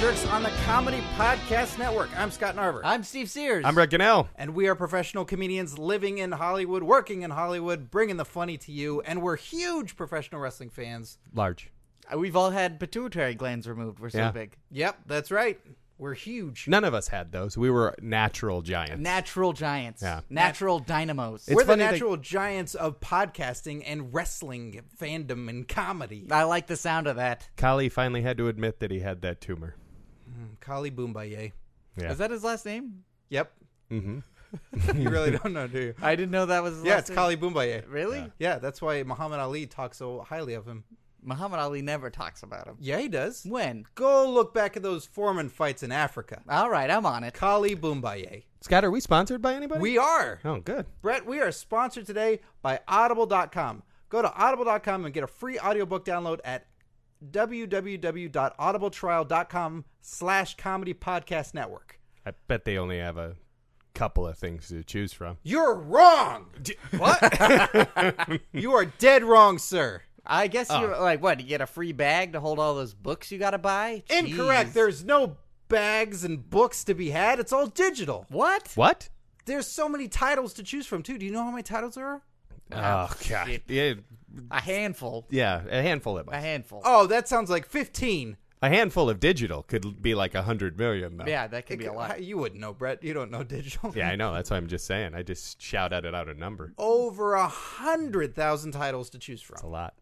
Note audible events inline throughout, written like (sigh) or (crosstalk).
Jerks on the Comedy Podcast Network. I'm Scott Narver. I'm Steve Sears. I'm Brett Gannell. and we are professional comedians living in Hollywood, working in Hollywood, bringing the funny to you. And we're huge professional wrestling fans. Large. We've all had pituitary glands removed. We're so Yeah. big. Yep, that's right. We're huge. None of us had those. We were natural giants. Natural giants. Yeah. Natural dynamos. we're the funny that- natural giants of podcasting and wrestling fandom and comedy. I like the sound of that. Kali finally had to admit that he had that tumor. Kali Boombaye. Yeah. Is that his last name? Yep. Mm-hmm. (laughs) you really don't know, do you? I didn't know that was his Yeah, last it's name. Kali Boombaye. Really? Yeah, that's why Muhammad Ali talks so highly of him. Muhammad Ali never talks about him. Yeah, he does. When? Go look back at those Foreman fights in Africa. All right, I'm on it. Kali Boombaye. Scott, are we sponsored by anybody? We are. Oh, good. Brett, we are sponsored today by Audible.com. Go to Audible.com and get a free audiobook download at www.audibletrial.com slash comedy podcast network. I bet they only have a couple of things to choose from. You're wrong. (laughs) What? you are dead wrong, sir. I guess Oh. you're like, what? You get a free bag to hold all those books you got to buy? Incorrect. Jeez. There's no bags and books to be had. It's all digital. What? What? There's so many titles to choose from, too. Do you know how many titles there are? oh, God. shit. Yeah, A handful. yeah, a handful of A handful. Oh, that sounds like 15. A handful of digital could be like a hundred million, though. Yeah, that could be a lot. You wouldn't know, Brett. You don't know digital. Yeah, I know. That's why I'm just saying. I just shouted it out a number. (laughs) Over a hundred thousand titles to choose A from. lot.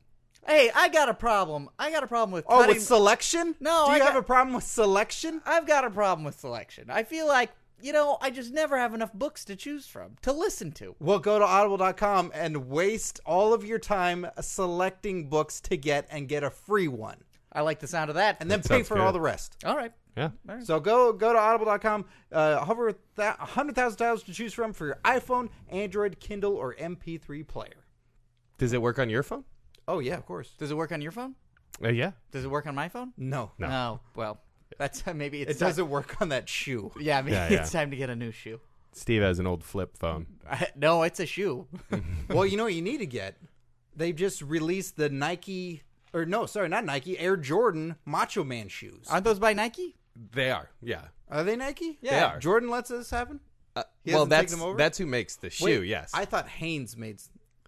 Hey, I got a problem. I got a problem with Oh, cutting. with selection? No, Do you I have got- a problem with selection? I've got a problem with selection. I feel like, you know, I just never have enough books to choose from, to listen to. Well, go to audible.com and waste all of your time selecting books to get and get a free one, I like the sound of that. and then That pay sounds for good. all the rest. all right. Yeah. So go go to audible.com, uh, hover that 100,000 titles to choose from for your iPhone, Android, Kindle, or MP3 player. Does it work on your phone? Oh, yeah, of course. Does it work on your phone? Uh, yeah. Does it work on my phone? No. No. Oh, well, that's (laughs) maybe it's It doesn't work on that shoe. Time, yeah, maybe Yeah, yeah. it's time to get a new shoe. (laughs) Steve has an old flip phone. no, it's a shoe. well, you know what you need to get? They just released the Nike, or no, sorry, not Nike, Air Jordan Macho Man shoes. Aren't those by Nike? They are. Yeah. Are they Nike? They are. Jordan lets this happen? Uh, He well, hasn't taken that's them over? that's who makes the shoe. Wait, yes. I thought Hanes made,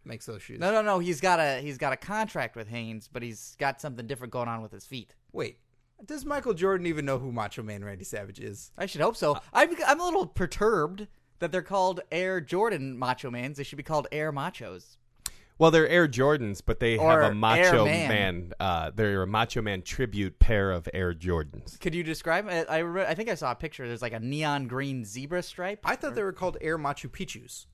makes those shoes. No, no, no. He's got a he's got a contract with Haynes, but he's got something different going on with his feet. Wait, does Michael Jordan even know who Macho Man Randy Savage is? I should hope Uh, so. I'm I'm a little perturbed that they're called Air Jordan Macho Mans. They should be called Air Machos. well, they're Air Jordans, but they Or have a Macho Air Man. Man. uh, they're a Macho Man tribute pair of Air Jordans. Could you describe? I I, re- I think I saw a picture. There's like a neon green zebra stripe. I thought they were called Air Machu Picchu's.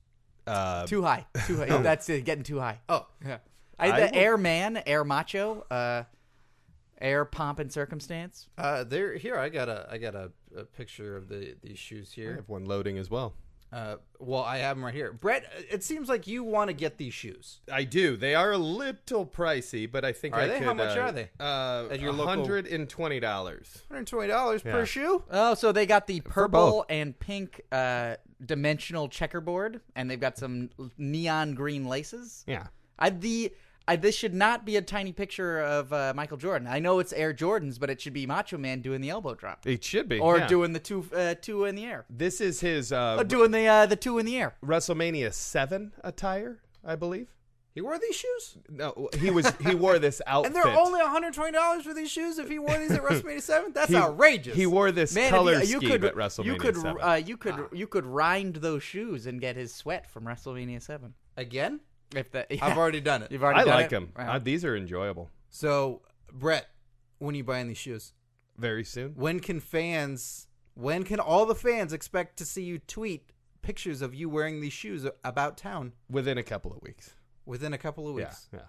Uh, Too high. Too (laughs) high. That's it, getting too high. Oh, yeah. I, I the will- air man, air macho, uh, air pomp and circumstance. Uh, there here I got a I got a, a picture of the these shoes I here. have one loading as well. Uh, well, I have them right here. Brett, it seems like you want to get these shoes. I do. They are a little pricey, but I think Are I they? could, How much uh, are they? Uh, At your local- hundred and twenty dollars. One hundred twenty dollars per Yeah. shoe. Oh, so they got the purple both. and pink uh, dimensional checkerboard, and they've got some neon green laces. Yeah. I the I, this should not be a tiny picture of uh, Michael Jordan. I know it's Air Jordans, but it should be Macho Man doing the elbow drop It should be. or yeah. doing the two uh, two in the air, This is his uh, Oh, or doing the uh, the two in the air. WrestleMania seven attire, I believe. He wore these shoes, No, he was he wore this (laughs) and outfit. they're only one hundred twenty dollars for these shoes. If he wore (laughs) these at WrestleMania Seven, that's He- outrageous. He wore this Man, if color you, you scheme could at WrestleMania you could 7. Uh, you could you could rind those shoes and get his sweat from WrestleMania Seven. (laughs) again. If that, I've already done it. You've already I done like it? them. Wow. Uh, these are enjoyable. So, Brett, when are you buying these shoes? Very soon. When can fans? When can all the fans expect to see you tweet pictures of you wearing these shoes about town? Within a couple of weeks. Within a couple of weeks. Yeah. Yeah.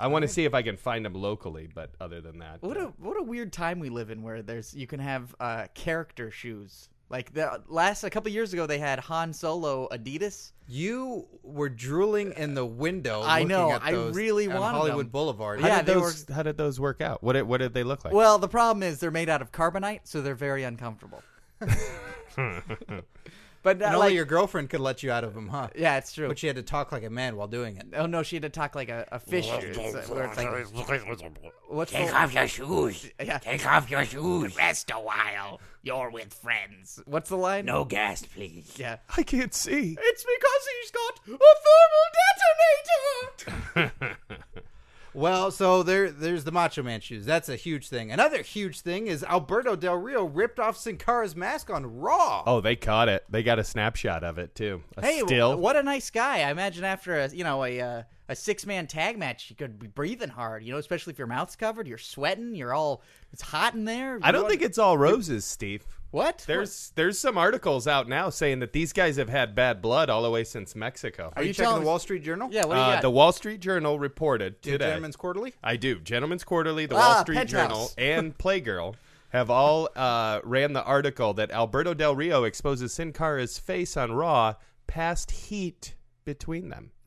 I want to see if I can find them locally, but other than that. What a what a weird time we live in where there's you can have uh, character shoes. Like the last a couple years ago, they had Han Solo Adidas. You were drooling in the window. I looking know, at I those really on wanted Hollywood them. Boulevard. how Yeah, did they those how did those work out? What did, what did they look like? Well, (laughs) the problem is they're made out of carbonite, so they're very uncomfortable. But not and only uh, like, your girlfriend could let you out of them, huh? yeah, it's true. But she had to talk like a man while doing it. oh no, she had to talk like a, a fish. It's, uh, where it's like, what's Take the, off your shoes. Yeah. Take off your shoes. Rest a while. You're with friends. what's the line? No gas, please. Yeah. I can't see. It's because he's got a thermal detonator. Well, so there, there's the Macho Man shoes. That's a huge thing. Another huge thing is Alberto Del Rio ripped off Sin Cara's mask on Raw. Oh, they caught it. They got a snapshot of it too. A Hey, still. what a nice guy! I imagine after a you know a uh, a six man tag match, you could be breathing hard. You know, especially if your mouth's covered, you're sweating, you're all it's hot in there. I don't think it's all roses, Steve. what There's there's some articles out now saying that these guys have had bad blood all the way since Mexico. Are you, you checking telling- the Wall Street Journal? yeah. What do you Uh, got? the Wall Street Journal reported Did today. Gentleman's Quarterly. I do. Gentleman's Quarterly, The Ah, Wall Street Penthouse. Journal, (laughs) and Playgirl have all uh, ran the article that Alberto Del Rio exposes Sin Cara's face on Raw past heat between them. (laughs)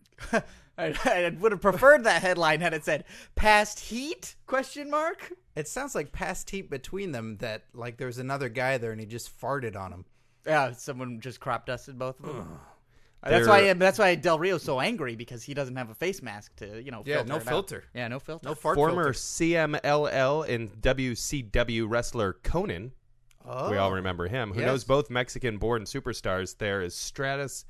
I, I would have preferred that headline had it said "past heat?" question mark. It sounds like past heat between them. That like there was another guy there and he just farted on him. Yeah, someone just crop dusted both of them. Uh, That's why. They're- That's why Del Rio's so angry because he doesn't have a face mask to you know. Yeah, filter no it out. filter. Yeah, no filter. No fart. Former filter. CMLL and WCW wrestler Conan, we all remember him, who Oh. Yes. knows both Mexican-born superstars. There is stratus,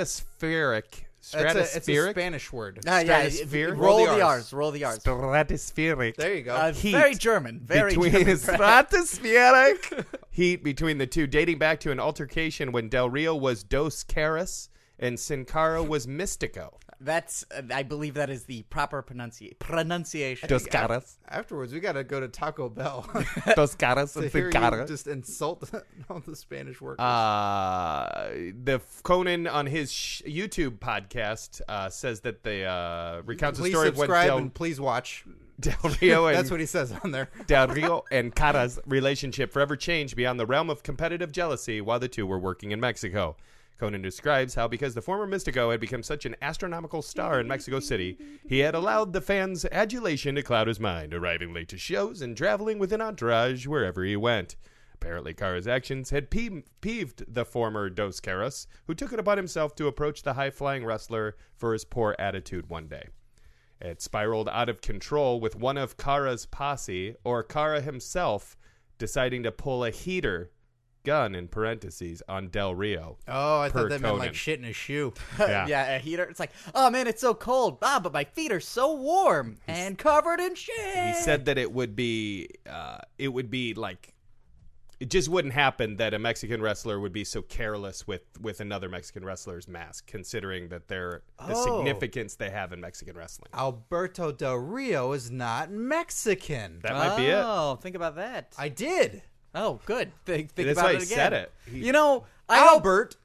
stratospheric, That's a, it's a stratospheric, Spanish word. Ah, yeah, it- Stratosphere? it- roll, Roll the the Rs. R's. Roll the R's. stratospheric. There you go. Uh, Heat very German. Very between (laughs) German. stratospheric heat between the two, dating back to an altercation when Del Rio was Dos Caras and Sin Cara was Mystico. That's, uh, I believe that is the proper pronunci- pronunciation. (laughs) (laughs) Caras, Afterwards, we got to go to Taco Bell (laughs) Dos Caras, to hear you just insult (laughs) all the Spanish workers. Uh, the f- Conan on his sh- YouTube podcast uh, says that they uh, recounts the please story of when subscribe Del, and please watch. Del Rio and That's what he says on there. Del Rio and Cara's relationship forever changed beyond the realm of competitive jealousy while the two were working in Mexico. Conan describes how, because the former Mystico had become such an astronomical star in Mexico City, he had allowed the fans' adulation to cloud his mind, arriving late to shows and traveling with an entourage wherever he went. Apparently, Cara's actions had pee- peeved the former Dos Caras, who took it upon himself to approach the high flying wrestler for his poor attitude one day. It spiraled out of control with one of Kara's posse, or Kara himself, deciding to pull a heater gun in parentheses on Del Rio. Oh, I Per thought that meant Conan. like shit in a (laughs) shoe. Yeah. yeah, a heater. It's like, oh man, it's so cold. Ah, but my feet are so warm and covered in shit. He said that it would be, uh, it would be like, it just wouldn't happen that a Mexican wrestler would be so careless with with another Mexican wrestler's mask, considering that they're the Oh. significance they have in Mexican wrestling. Alberto Del Rio is not Mexican. That might be it. Oh, think about that. I did. oh, good. Think, think That's about why it he again. said it. He- you know, I hope- Albert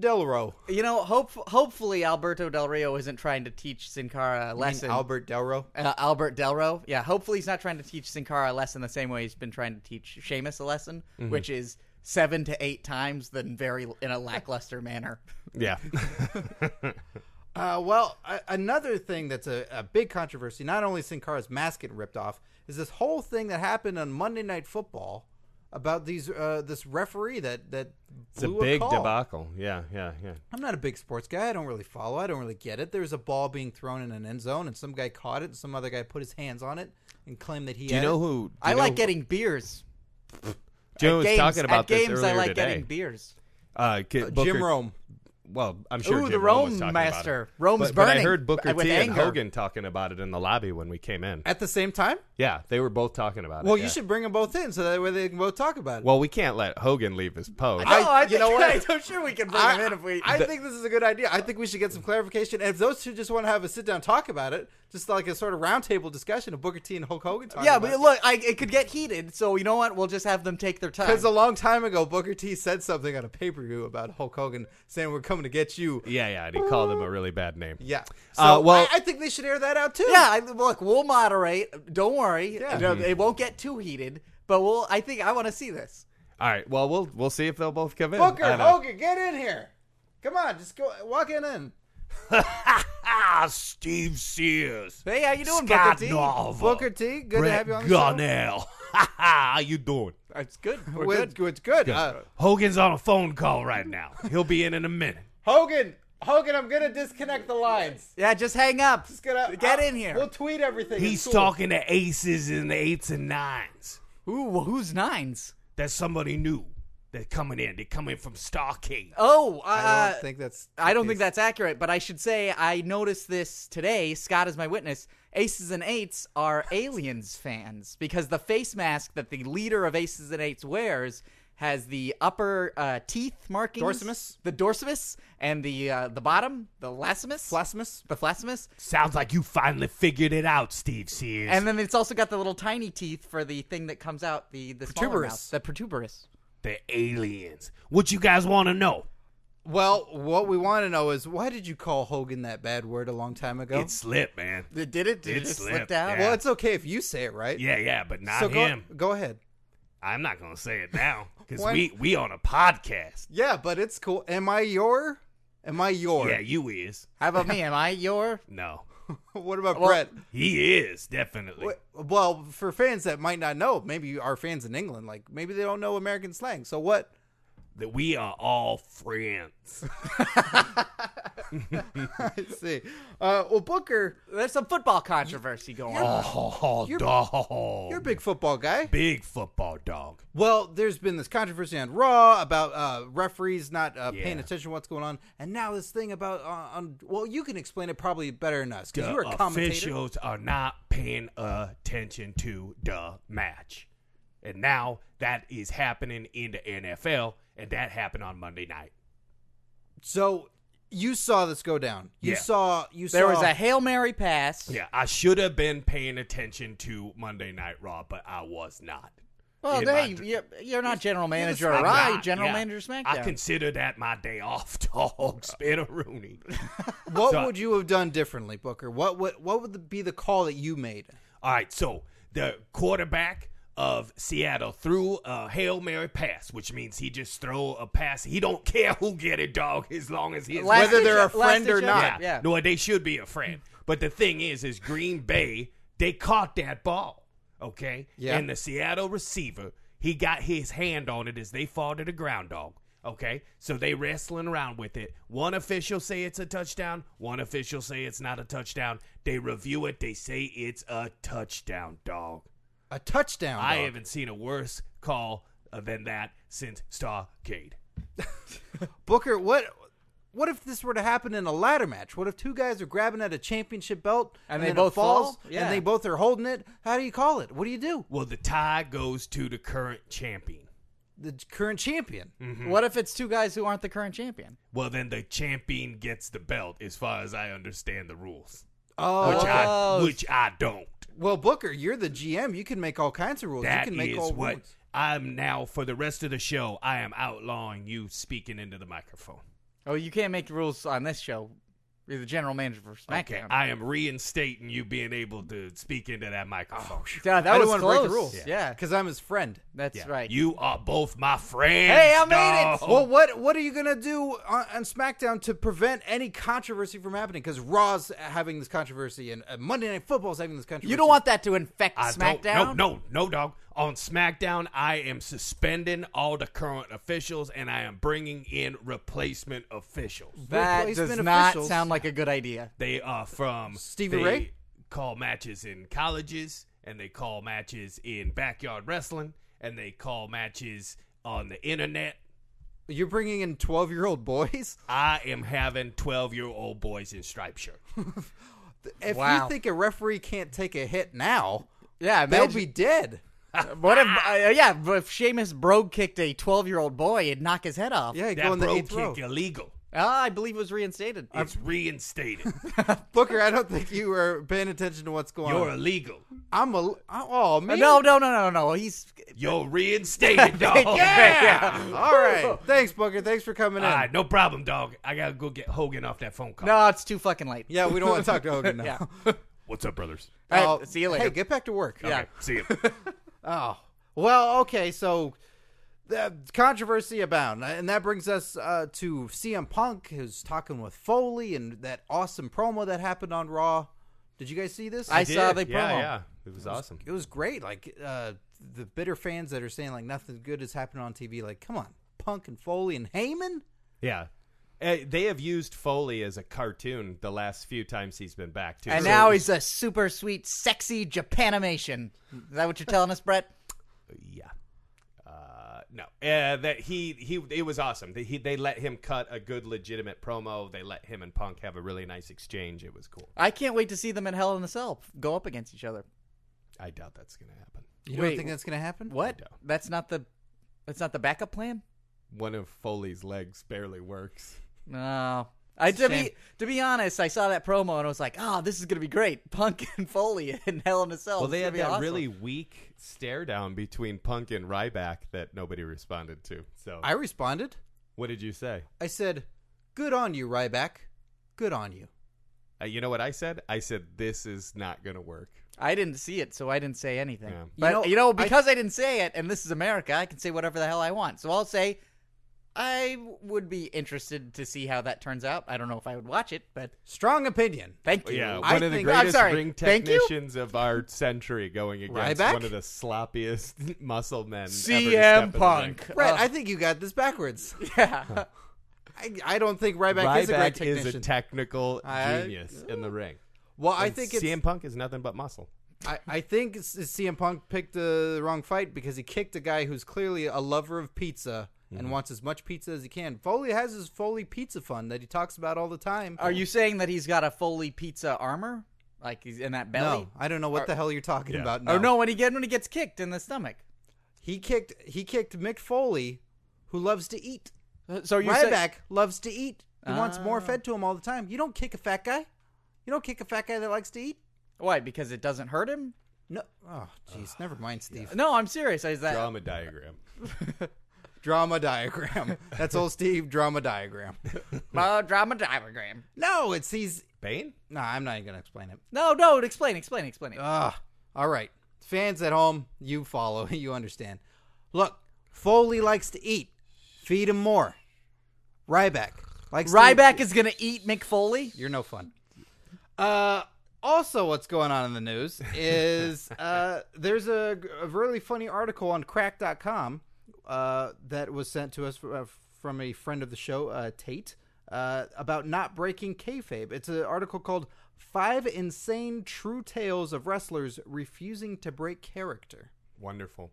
Del Rio. you know, hope, hopefully Alberto Del Rio isn't trying to teach Sin Cara a lesson. Albert Del Rio. uh, Albert Delro. Yeah, hopefully he's not trying to teach Sin Cara a lesson the same way he's been trying to teach Seamus a lesson, which is seven to eight times, then very in a lackluster manner. (laughs) Yeah. (laughs) Uh, well, a- another thing that's a, a big controversy, not only Sin Cara's mask getting ripped off, is this whole thing that happened on Monday Night Football about these uh, this referee that that it's a blew big call. debacle. Yeah, yeah, yeah. I'm not a big sports guy. I don't really follow. I don't really get it. There was a ball being thrown in an end zone, and some guy caught it, and some other guy put his hands on it and claimed that he. Do you had know it. who? do I you like know- getting beers. Joe was games, talking about at games, this I earlier like today. getting beers. Uh, Ki- Booker- Jim Rome? Well, I'm sure Ooh, Jim the Rome was Rome talking master. About it. Rome's but, but I burning heard Booker with T and anger. Hogan talking about it in the lobby when we came in. At the same time? Yeah, they were both talking about Well, it. you yeah. should bring them both in so that way they can both talk about it. Well, we can't let Hogan leave his post. I- no, I you think, know what? (laughs) I'm sure we can bring them in if we. I think this is a good idea. I think we should get some clarification. And if those two just want to have a sit down talk about it, just like a sort of roundtable discussion of Booker T and Hulk Hogan. Talking yeah, about but look, I, it could get heated, so you know what? We'll just have them take their time. because a long time ago, Booker T said something on a pay per view about Hulk Hogan saying we're coming to get you. yeah, yeah, and he called him a really bad name. Yeah. So Uh, well- I, I think they should air that out too. Yeah, I, look, we'll moderate. Don't worry. Yeah. No, It won't get too heated, but we'll. I think I want to see this. All right. Well, we'll we'll see if they'll both come in. Booker I don't- Hogan, get in here. Come on, just go walk in. in. Ah, Steve Sears. Hey, how you doing, Scott Booker T? Nova. Booker T, good to Brett have you on the show. Gunnell. (laughs) Ha ha, how you doing? It's good. We're Well, good. It's good. It's good. Uh, Hogan's on a phone call right now. He'll be in in a minute. Hogan, Hogan, I'm gonna disconnect the lines. Yeah, just hang up. Just gonna Get Ah, I'll- in here. We'll tweet everything. It's He's cool. talking to aces and eights and nines. Ooh, who's nines? That's somebody new. They're coming in. They're coming from Starcade. Oh, uh, I don't think that's. I don't think that's accurate, but I should say I noticed this today. Scott is my witness. Aces and Eights are Aliens fans because the face mask that the leader of Aces and Eights wears has the upper uh, teeth markings, Dorsimus? the dorsimus, and the uh, the bottom, the lasimus, Blasphemous. the flasimus, Sounds like you finally figured it out, Steve Sears. and then it's also got the little tiny teeth for the thing that comes out, the the smaller Protuberous. mouth, the protuberous. the aliens. What you guys want to know? Well, what we want to know is why did you call Hogan that bad word a long time ago? It slipped, man. Did it? Did It it, just slipped, slip out? yeah. well, it's okay if you say it, right? Yeah, yeah, but not So go, him. go ahead. I'm not gonna say it now because Why- we we on a podcast. Yeah, but it's cool. Am I your? Am I your? Yeah, you is. How about me? Am I your? No, (laughs) What about Well- Brett? he is definitely. Wh- Well, for fans that might not know, maybe our fans in England, like maybe they don't know American slang. So what? (laughs) That we are all friends. Let's see. Uh, well, Booker, There's some football controversy going on. Oh, dog. you're a big football guy. big football dog. Well, there's been this controversy on Raw about uh, referees not uh, Yeah. paying attention to what's going on, and now this thing about uh, on. Well, you can explain it probably better than us because The you were a commentator. officials are not paying attention to the match, and now that is happening in the NFL, and that happened on Monday night. So you saw this go down. You Yeah. saw you saw There was a Hail Mary pass. Yeah, I should have been paying attention to Monday Night Raw, but I was not. Well, In hey, my- you're, you're not general manager I'm of Raw, you're not, general yeah. manager of SmackDown. I consider that my day off, (laughs) dog. Spitteroony. What So- would you have done differently, Booker? What would what would be the call that you made? All right, so the quarterback of Seattle threw a hail mary pass, which means he just throw a pass. He don't care who get it, dog, as long as he's Last Whether ditch- they're a last friend ditch or effort, not. Yeah. No, they should be a friend. But the thing is, is Green Bay, they caught that ball. Okay? Yeah. And the Seattle receiver, he got his hand on it as they fall to the ground dog. Okay? So they wrestling around with it. One official say it's a touchdown, one official say it's not a touchdown. They review it, they say it's a touchdown, dog. A touchdown. I dog. haven't seen a worse call uh, than that since Starcade. Booker, what what if this were to happen in a ladder match? What if two guys are grabbing at a championship belt And they then it both falls fall? Yeah. and they both are holding it? How do you call it? What do you do? Well, the tie goes to the current champion. The current champion. What if it's two guys who aren't the current champion? Well, then the champion gets the belt, as far as I understand the rules, Oh, which okay. I which I don't. well, Booker, you're the GM. You can make all kinds of rules. That you can make is all what rules. I'm now for the rest of the show. I am outlawing you speaking into the microphone. Oh, you can't make rules on this show. You're the general manager for SmackDown. Okay, I am reinstating you being able to speak into that Oh, microphone. yeah, Uh, that I was didn't want to close. break the rules. Yeah, Because I'm his friend. that's Yeah. right. You are both my friends. Hey, I made it! dog. Well, what what are you gonna do on, on SmackDown to prevent any controversy from happening? Because Raw's having this controversy and uh, Monday Night Football's having this controversy. you don't want that to infect I don't- SmackDown. No, no, no, dog. On SmackDown, I am suspending all the current officials, and I am bringing in replacement officials. that Replacement does not officials. sound like a good idea. They are from Stevie they Ray? Call matches in colleges, and they call matches in backyard wrestling, and they call matches on the internet. You're bringing in twelve year old (laughs) boys. I am having twelve-year-old boys in (laughs) striped shirt. If Wow. you think a referee can't take a hit now, Yeah, they'll imagine- be dead. What if? Uh, yeah, but if Sheamus Brogue kicked a 12 year old boy, it'd knock his head off. Yeah, go That in the bro eighth kick row. illegal. Ah, I believe it was reinstated. (laughs) It's reinstated. Booker, I don't think you are paying attention to what's going You're on. illegal. I'm a oh man. no, no, no, no, no. He's (laughs) You're reinstated, dog. Yeah. All right. Thanks, Booker. Thanks for coming in. (laughs) Uh, All right, no problem, dog. I gotta go get Hogan off that phone (laughs) call. No, it's too fucking late. Yeah, we don't want to talk to (laughs) Hogan now. Yeah. (laughs) What's up, brothers? Uh, Alright, see you (laughs) later. Hey, get back to work. Yeah. Okay, see you. Oh. Well, okay, so the controversy abound, and that brings us uh, to CM Punk, who's talking with Foley, and that awesome promo that happened on Raw. Did you guys see this? I saw the Yeah, promo. yeah. It was awesome. It was great. Like uh, the bitter fans that are saying like nothing good is happening on TV. Like, come on, Punk and Foley and Heyman. Yeah. Uh, they have used Foley as a cartoon the last few times he's been back, too. And So- now he's a super sweet, sexy Japanimation. Is that what you're telling us, Brett? Yeah. Uh, no, uh, that he he it was awesome. They, he, they let him cut a good legitimate promo. They let him and Punk have a really nice exchange. It was cool. I can't wait to see them in Hell in a Cell go up against each other. I doubt that's gonna happen. You Wait, don't think that's gonna happen? What? No. That's not the. That's not the backup plan. One of Foley's legs barely works. No. Oh, I a to be shame. to be honest, I saw that promo and I was like, "Oh, this is gonna be great." (laughs) Punk and Foley in Hell in a Cell. Well, they Oh, It's had gonna be that awesome. really weak stare down between Punk and Ryback that nobody responded to. So, I responded. what did you say? I said, "Good on you, Ryback. Good on you." Uh, you know what I said? I said this is not gonna work. I didn't see it, so I didn't say anything. Yeah. But you know, know, I- because I, didn't say it, and this is America, I can say whatever the hell I want. So I'll say, I would be interested to see how that turns out. I don't know if I would watch it, but Strong opinion. thank you. Oh, Yeah, I one of the think- I'm greatest sorry. ring Thank you? technicians of our century going against Ryback? one of the sloppiest (laughs) muscle men. ever to step in CM the Punk. ring. Brett, Uh, I think you got this backwards. (laughs) (laughs) yeah. I, I don't think Ryback, is a great Ryback technician. is a technical I- genius in the ring. well, I And think it's, CM Punk is nothing but muscle. I, I think it's- it's CM Punk picked the wrong fight because he kicked a guy who's clearly a lover of pizza and wants as much pizza as he can. Foley has his Foley Pizza Fund that he talks about all the time. Are you saying that he's got a Foley pizza armor, like he's in that belly? No, I don't know what the hell you're talking about. No. Or Oh, no, when he get when he gets kicked in the stomach. he kicked he kicked Mick Foley, who loves to eat. So you Ryback loves to eat. He wants more fed to him all the time. You don't kick a fat guy. You don't kick a fat guy that likes to eat. why? Because it doesn't hurt him? No. Oh, jeez. Never mind, Steve. No, I'm serious. Is that Drama diagram. Drama diagram. That's old Steve. Drama diagram. uh, drama diagram? No, it's he's. Bane? No, I'm not even gonna explain it. No, no. Explain, explain, explain. it. Ugh. All right. Fans at home, you follow. (laughs) You understand. Look, Foley likes to eat. Feed him more. Ryback likes. to eat. Ryback is gonna eat McFoley. You're no fun. Uh, also, what's going on in the news is (laughs) uh, there's a, a really funny article on crack.com uh, that was sent to us fr- uh, from a friend of the show, uh, Tate, uh, about not breaking kayfabe. It's an article called Five Insane True Tales of Wrestlers Refusing to Break Character. Wonderful.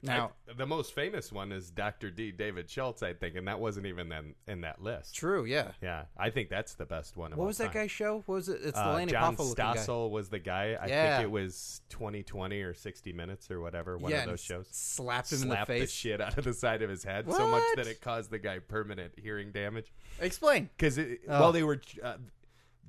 Now, I- the most famous one is Dr. D. David Schultz, I think, and that wasn't even in, in that list. true, yeah. Yeah, I think that's the best one. of What all was that time. guy's show? What was it? It's the Uh, Lanny John Poffo looking guy. Stossel was the guy. I Yeah. think it was 2020 or 60 Minutes or whatever. One yeah, of and those s- shows. Slapped him Slapped in the face. shit out of the side of his head so much What? that it caused the guy permanent hearing damage. Explain. because Oh. while they were uh,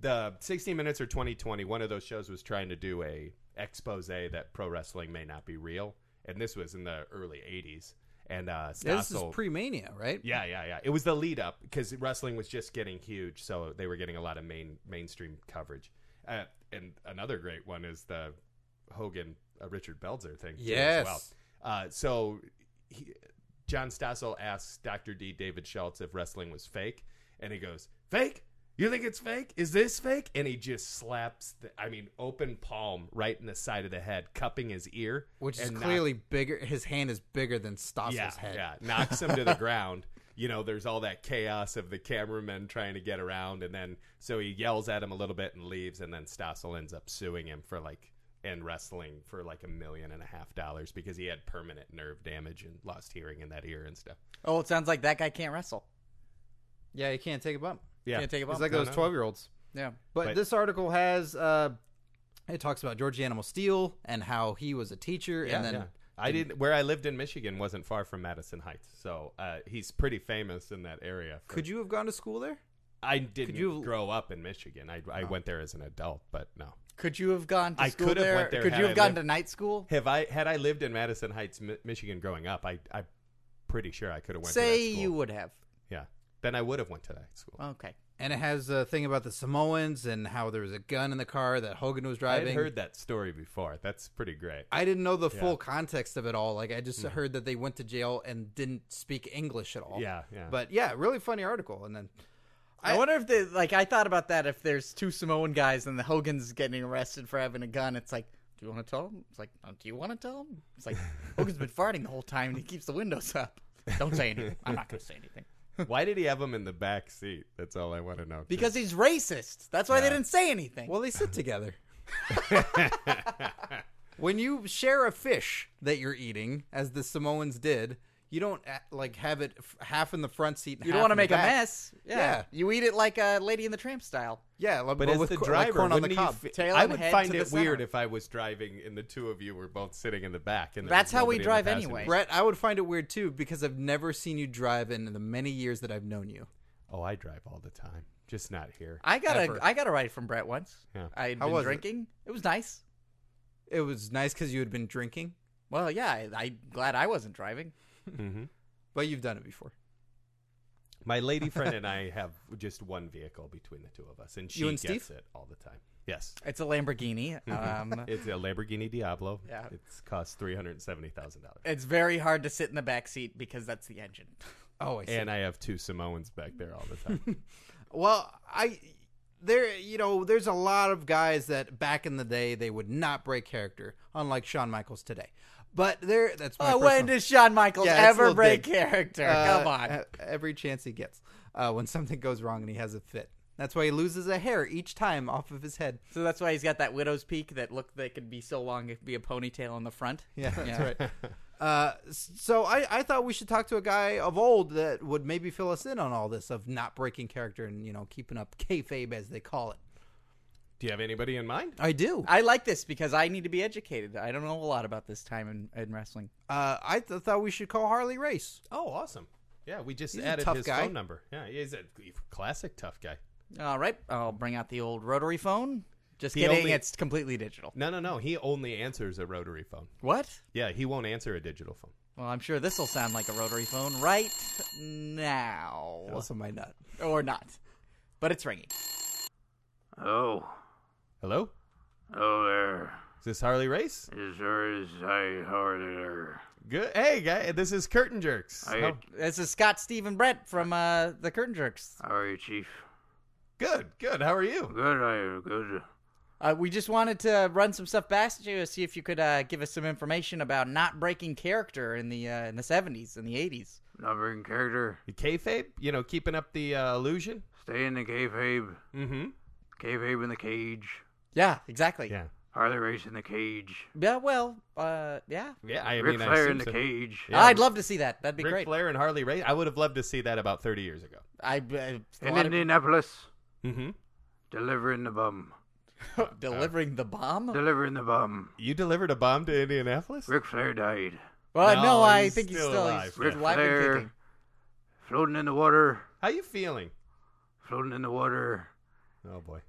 the 60 minutes or 2020 one of those shows was trying to do a expose that pro wrestling may not be real and this was in the early 80s and uh Yeah, this is Stossel- pre Mania, right? yeah yeah yeah it was the lead up because wrestling was just getting huge so they were getting a lot of main mainstream coverage uh, and another great one is the hogan uh, richard belzer thing too, Yes. as well uh, so he, John Stossel asks Dr. D. David Schultz if wrestling was fake, and he goes, "Fake? You think it's fake? Is this fake?" And he just slaps, the, I mean, open palm right in the side of the head, cupping his ear, which is and knock- clearly bigger. His hand is bigger than Stossel's yeah, head. yeah, knocks him to the ground. (laughs) You know, there's all that chaos of the cameramen trying to get around, and then so he yells at him a little bit and leaves, and then Stossel ends up suing him for like and wrestling for like a million and a half dollars because he had permanent nerve damage and lost hearing in that ear and stuff. Oh, it sounds like that guy can't wrestle. yeah, he can't take a bump. Yeah, Can't take a He's bump. like No, those no. twelve year olds. yeah. But, But- this article has uh, it talks about George Animal Steel and how he was a teacher, and then yeah. I didn't. Where I lived in Michigan wasn't far from Madison Heights, so uh, he's pretty famous in that area. for- could you have gone to school there? I didn't could you- Oh. grow up in Michigan. I, I went there as an adult, but no. Could you have gone to I school could have there? went there Could had you I have gone lived- to night school? Have I had I lived in Madison Heights, Mi- Michigan, growing up? I I'm pretty sure I could have went. to Say that school. you would have. Yeah, then I would have went to that school. Okay. and it has a thing about the Samoans and how there was a gun in the car that Hogan was I had driving. heard that story before. That's pretty great. I didn't know the full context of it all. Like I Hmm. just heard that they went to jail and didn't speak English at all. Yeah, Oh. yeah. But yeah, really funny article. And then I, wonder if they like. I thought about that. If there's two Samoan guys and the Hogan's getting arrested for having a gun, it's like, do you want to tell him? It's like, "Uh, do you want to tell him? It's (laughs) like Hogan's been farting the whole time and he keeps the windows up. Don't say anything. I'm not going to say anything Why did he have him in the back seat? That's all I want to know. because he's racist. That's why they didn't say anything. well, they sit together. when you share a fish that you're eating, as the Samoans did, you don't uh, like have it f- half in the front seat. And you don't want to make a mess. Yeah. Yeah. you eat it like a Lady in the Tramp style. Yeah, like, but well, as with the cor- like driver, corn on the wouldn't cob. you, fe- Tail I and would head find to it the weird center. if I was driving and the two of you were both sitting in the back. And there That's was how we nobody in the drive passenger anyway. Brett, I would find it weird too because I've never seen you drive in the many years that I've known you. Oh, I drive all the time, just not here. I got Ever. a I got a ride from Brett once. Yeah. I had How been was it? drinking. It? was nice. It was nice because you had been drinking, Well, yeah, I, I'm glad I wasn't driving. Mm-hmm. but you've done it before. My lady friend and I have just one vehicle between the two of us, and she and gets Steve? it all the time. Yes, It's (laughs) a Lamborghini. Um, it's a Lamborghini Diablo. Yeah. it's cost three hundred seventy thousand dollars. it's very hard to sit in the back seat because that's the engine. (laughs) Oh, I see. And I have two Samoans back there all the time. Well, I there you know, there's a lot of guys that back in the day they would not break character, unlike Shawn Michaels today. But there, that's my Oh, when personal- does Shawn Michaels Yeah, it's a ever little break dig. character? Uh, Come on. e- Every chance he gets, uh, when something goes wrong and he has a fit, that's why he loses a hair each time off of his head. so that's why he's got that widow's peak that looked that could be so long it could be a ponytail on the front. Yeah, (laughs) that's right. Uh, s- so I, I thought we should talk to a guy of old that would maybe fill us in on all this of not breaking character and you know keeping up kayfabe as they call it. Do you have anybody in mind? I do. I like this because I need to be educated. I don't know a lot about this time in, in wrestling. Uh, I th- thought we should call Harley Race. Oh, awesome! Yeah, we just He's a added tough his guy. phone number. Yeah, he's a classic tough guy. All right, I'll bring out the old rotary phone. Just The kidding, only- it's completely digital. No, no, no. He only answers a rotary phone. What? Yeah, he won't answer a digital phone. Well, I'm sure this will sound like a rotary phone right now. Also, might not. Or not. But it's ringing. Oh, Hello, oh there. is this Harley Race? As sure as I heard her. Good. Hey, guy, this is Curtain Jerks. Hey. How- This is Scott Steven Brett from uh, the Curtain Jerks. How are you, Chief? Good, good. How are you? Good, I am good. Uh, we just wanted to run some stuff past you, see if you could uh, give us some information about not breaking character in the uh, in the 70s and the 80s. Number and character. You kayfabe? You know, keeping up the uh, illusion? Stay in the kayfabe. Mm-hmm. Kayfabe in the cage. Yeah, exactly. Yeah. Harley race in the cage. Yeah, well, uh, yeah. Yeah, I Ric mean, I Flair assume in the so. cage. Yeah. I'd love to see that. That'd be Ric great. Flair and Harley Race. I would have loved to see that about 30 years ago. I, uh, a In lot of- Indianapolis. Mm-hmm. Delivering the bum. (laughs) delivering the bomb. Delivering the bum. You delivered a bomb to Indianapolis? Ric Flair died. Well, no, No, I he's think he's still still alive. He's Ric alive and Flair kicking. floating in the water. How you feeling? Floating in the water. Oh, boy.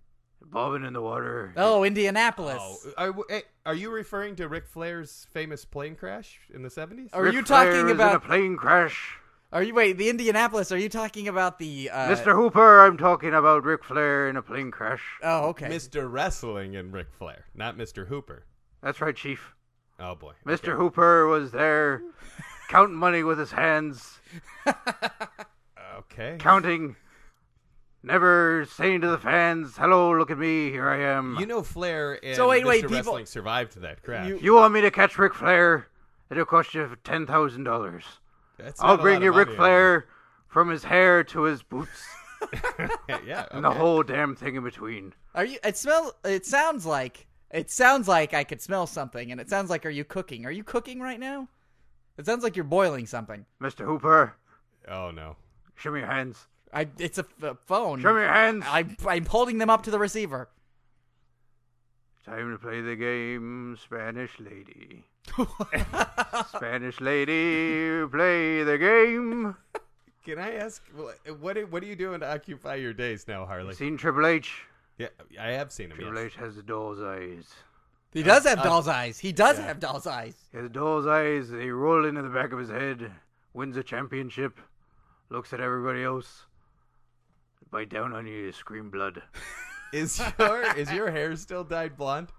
Bobbing in the water. Oh, Indianapolis. Oh, are, hey, are you referring to Ric Flair's famous plane crash in the 70s? Are Ric you Flair talking is in a about? plane crash? Are you wait the Indianapolis? Are you talking about the uh, Mr. Hooper, I'm talking about Ric Flair in a plane crash. Oh, okay. Mr. Wrestling and Ric Flair, not Mr. Hooper. That's right, Chief. Oh, boy. Mr. Hooper was there counting money with his hands, Okay. counting, never saying to the fans, hello, look at me, here I am. You You, know Flair and So wait, Mr. wait, people- Wrestling survived that crash. You- want me to catch Ric Flair? It'll cost you $10,000. That's I'll not a bring lot you of Ric money. Flair from his hair to his boots (laughs) yeah. and the whole damn thing in between. Are you? It smell. It sounds like. It sounds like I could smell something, and it sounds like. Are you cooking? Are you cooking right now? It sounds like you're boiling something. Mr. Hooper, Oh no. show me your hands. I. It's a, f- a phone. Show me your hands. I'm. I'm holding them up to the receiver. Time to play the game, Spanish lady. Spanish lady, play the game. Can I ask what do- what are you doing to occupy your days now, Harley? Seen Triple H? Yeah, I have seen him. Triple yes. H has the doll's eyes. He does Uh, have doll's eyes. He does have doll's eyes. He has doll's eyes. They roll into the back of his head. Wins a championship. Looks at everybody else. Bite down on you, scream blood. Is your is your hair still dyed blonde?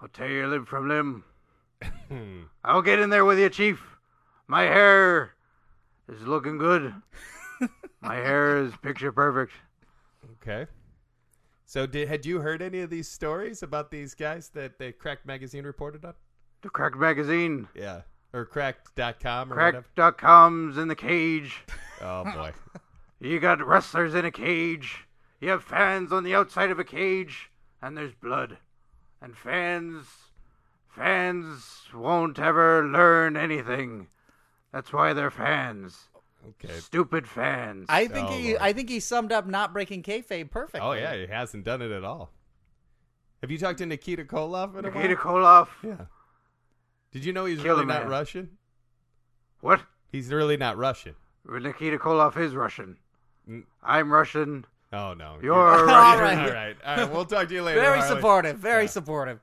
I'll tear you limb from limb. I'll get in there with you, Chief. My hair is looking good. My hair is picture perfect. Okay. So did had you heard any of these stories about these guys that that Cracked magazine reported on? The Cracked Magazine. Yeah. Or cracked.com or whatever. Crack.com's in the cage. Oh boy. You got wrestlers in a cage. You have fans on the outside of a cage, and there's blood. And fans, fans won't ever learn anything. That's why they're fans. Okay. Stupid fans. I think Oh, he, Lord. I think he summed up not breaking kayfabe perfectly. Oh yeah, he hasn't done it at all. Have you talked to Nikita Koloff in a Nikita while? Koloff. yeah. Did you know he's Kill really him, not man. Russian? What? He's really not Russian. Nikita Koloff is Russian. Mm. I'm Russian. Oh no. You're All (laughs) Russian. all right. right. All right. We'll talk to you later. Very Harley. supportive. Very supportive.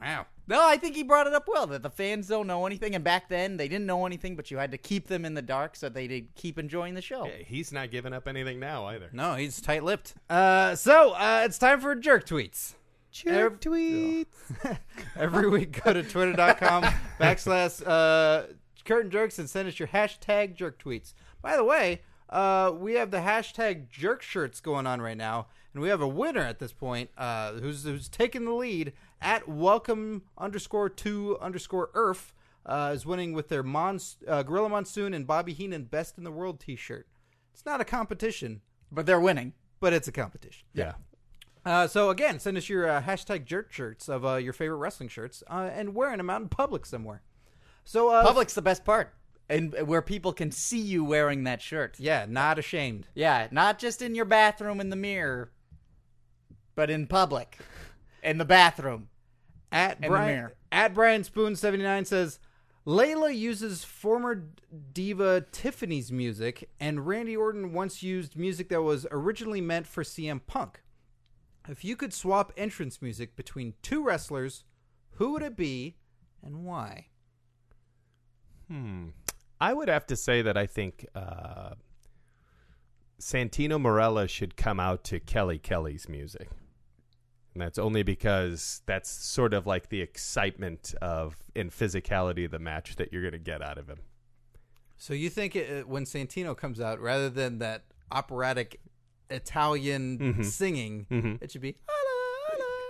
Wow. No, I think he brought it up well that the fans don't know anything, and back then they didn't know anything, but you had to keep them in the dark so they did keep enjoying the show. Yeah, he's not giving up anything now either. No, he's tight lipped. Uh, so uh, it's time for jerk tweets. Jerk tweets. (laughs) Every week, go to (laughs) twitter.com backslash uh, curtain jerks and send us your hashtag jerk tweets. By the way, uh, we have the hashtag jerk shirts going on right now, and we have a winner at this point uh, who's, who's taking the lead at welcome underscore to underscore earth. Uh, is winning with their Mon- uh, Gorilla Monsoon and Bobby Heenan Best in the World t shirt. It's not a competition, But they're winning. but it's a competition. Yeah. Uh, so again, send us your uh, hashtag jerk shirts of uh, your favorite wrestling shirts uh, and wearing them out in public somewhere. So uh, Public's the best part, and where people can see you wearing that shirt. yeah, not ashamed. Yeah, not just in your bathroom in the mirror, but in public, in the bathroom. At the Brian mirror. at Brian Spoon seventy nine says, Layla uses former diva Tiffany's music, and Randy Orton once used music that was originally meant for CM Punk. If you could swap entrance music between two wrestlers, who would it be, and why? Hmm. I would have to say that I think uh, Santino Morella should come out to Kelly Kelly's music. And that's only because that's sort of like the excitement of and physicality of the match that you're going to get out of him. So you think it, when Santino comes out, rather than that operatic Italian Mm-hmm. singing, it should be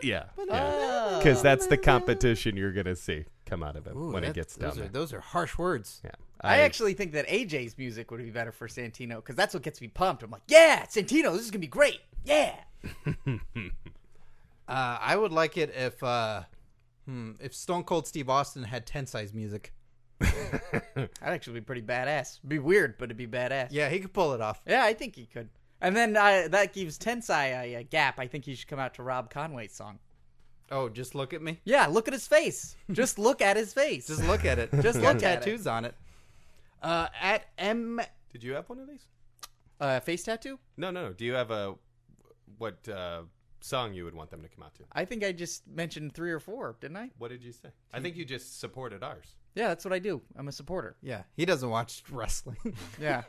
Yeah. Oh. Because that's the competition you're going to see come out of him Ooh, when it that- gets down those there. Are, those are harsh words. yeah. I, actually think that AJ's music would be better for Santino because that's what gets me pumped. I'm like, yeah, Santino, this is gonna be great. Yeah, Uh, I would like it if uh, hmm, if Stone Cold Steve Austin had Tensei's music. that'd actually be pretty badass. It'd be weird, but it'd be badass. Yeah, he could pull it off. Yeah, I think he could. And then uh, that gives Tensai a, a gap. I think he should come out to Rob Conway's song. Oh, just look at me. Yeah, look at his (laughs) face. Just look at his face. Just look at it. Just It's got look at it. tattoos on it. Uh, at M. Did you have one of these? uh, face tattoo. No, no, no. Do you have a. What uh, song you would want them to come out to? I think I just mentioned three or four, didn't I? What did you say? I think you just supported ours. Yeah, that's what I do. I'm a supporter. Yeah, he doesn't watch wrestling. (laughs) (laughs) Yeah,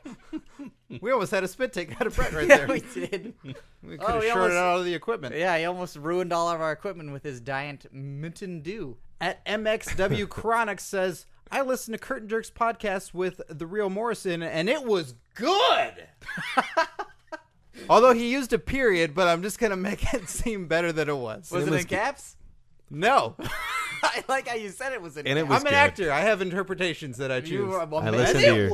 we almost had a spit take out of Brett right (laughs) yeah, there. we we (laughs) did. could Oh, have we shorted almost- out all the equipment. Yeah, he almost ruined all of our equipment with his giant mitten dew. At (laughs) MXW Chronics says, I listened to Curtain Jerks podcast with the real Morrison, and it was good. (laughs) Although he used a period, but I'm just gonna make it (laughs) seem better than it was. Was it, in caps? (laughs) No, I like how you said it was in. And it caps. was I'm good. an actor. I have interpretations that I choose. You were a I man. listened to your,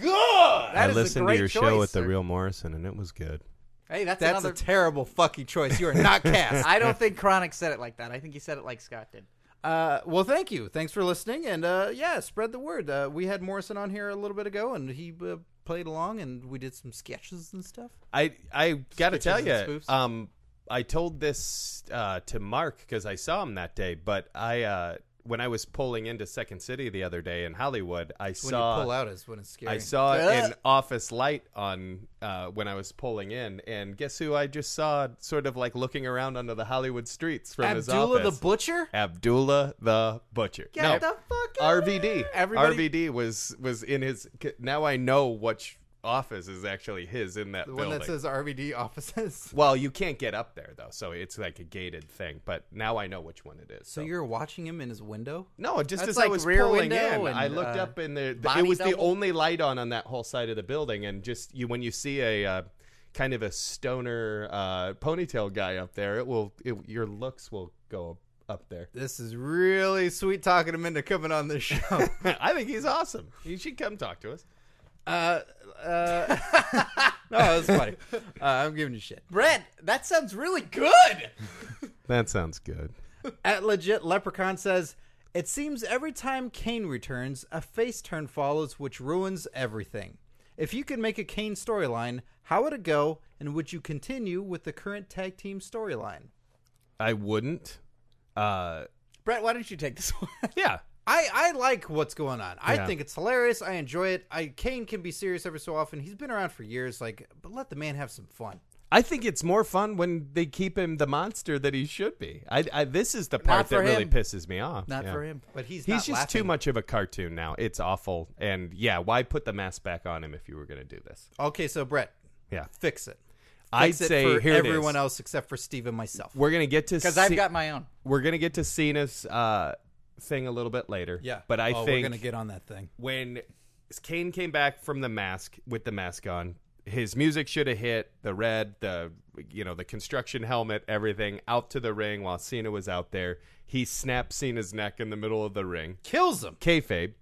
That I is a listened to great your choice, show with the sir. real Morrison, and it was good. Hey, that's, That's another. a terrible fucking choice. You are (laughs) not cast. I don't think Chronic said it like that. I think he said it like Scott did. Uh, well, thank you. Thanks for listening, and uh, yeah, spread the word. Uh, we had Morrison on here a little bit ago, and he uh, played along, and we did some sketches and stuff. I I gotta tell Sketches and you, spoofs. um, I told this uh, to Mark because I saw him that day. But I uh, when I was pulling into Second City the other day in Hollywood, I When saw you pull out is when it's scary. I (laughs) (laughs) saw an office light on uh, when I was pulling in, and guess who I just saw? Sort of like looking around under the Hollywood streets from his Abdullah office. the Butcher. Abdullah the Butcher. Get no, the fuck out of RVD. Everybody- RVD was was in his. Now I know which office is actually his in that The building. one that says RVD offices. (laughs) well, you can't get up there though, so it's like a gated thing. But now I know which one it is. So you're watching him in his window? no, just That's as I like was rear pulling in, window and, I looked uh, up and there th- it body was the double? only light on on that whole side of the building. And just you, when you see a uh, kind of a stoner uh, ponytail guy up there, it will it, your looks will go up there. (laughs) This is really sweet talking him into coming on this show. (laughs) I think he's awesome. He should come talk to us. uh, uh, no, that's (laughs) funny. Uh, I'm giving you shit. Brett, that sounds really good. (laughs) That sounds good. At legit leprechaun says, "It seems every time Kane returns, a face turn follows, which ruins everything. If you could make a Kane storyline, how would it go? And would you continue with the current tag team storyline? I wouldn't. Uh, Brett, why don't you take this (laughs) one? yeah. I, I like what's going on. I Yeah. think it's hilarious. I enjoy it. I Kane can be serious every so often. He's been around for years. Like, but let the man have some fun. I think it's more fun when they keep him the monster that he should be. I, I this is the part that for really him. pisses me off. Not Yeah. for him. But he's He's not just laughing. too much of a cartoon now. It's awful. And yeah, why put the mask back on him if you were going to do this? Okay, so Brett, Yeah. fix it. I'd Fix it say for here it everyone is. else except for Steve and myself. We're going to get to Because I've Ce- got my own. we're going to get to Cena's uh, thing a little bit later. But I Oh, think we're gonna get on that thing. when Kane came back from the mask with the mask on, his music should have hit the red, the you know the construction helmet, everything out to the ring while Cena was out there. He snapped Cena's neck in the middle of the ring. Kills him. Kayfabe.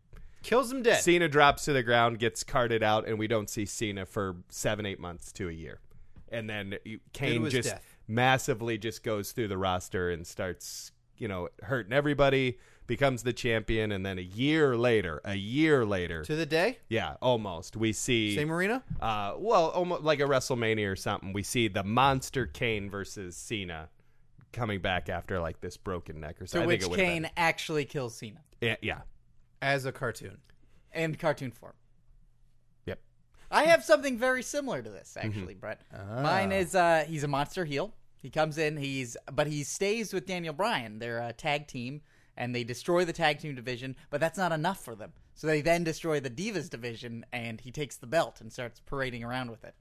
Kills him dead. Cena drops to the ground, gets carted out, and we don't see Cena for seven, eight months to a year. And then you- Kane his just death. massively just goes through the roster and starts, you know, hurting everybody, becomes the champion, and then a year later, a year later, to the day. yeah, almost. We see Same arena. uh, well, almost like a WrestleMania or something. We see the monster Kane versus Cena coming back after like this broken neck or To something. I which think it would've Kane actually kills Cena been- Yeah, yeah. As a cartoon. in cartoon form. Yep. I have something very similar to this, actually, Brett. Mine is uh, he's a monster heel. He comes in, he's but he stays with Daniel Bryan. They're a tag team, and they destroy the tag team division. But that's not enough for them, so they then destroy the Divas division, and he takes the belt and starts parading around with it.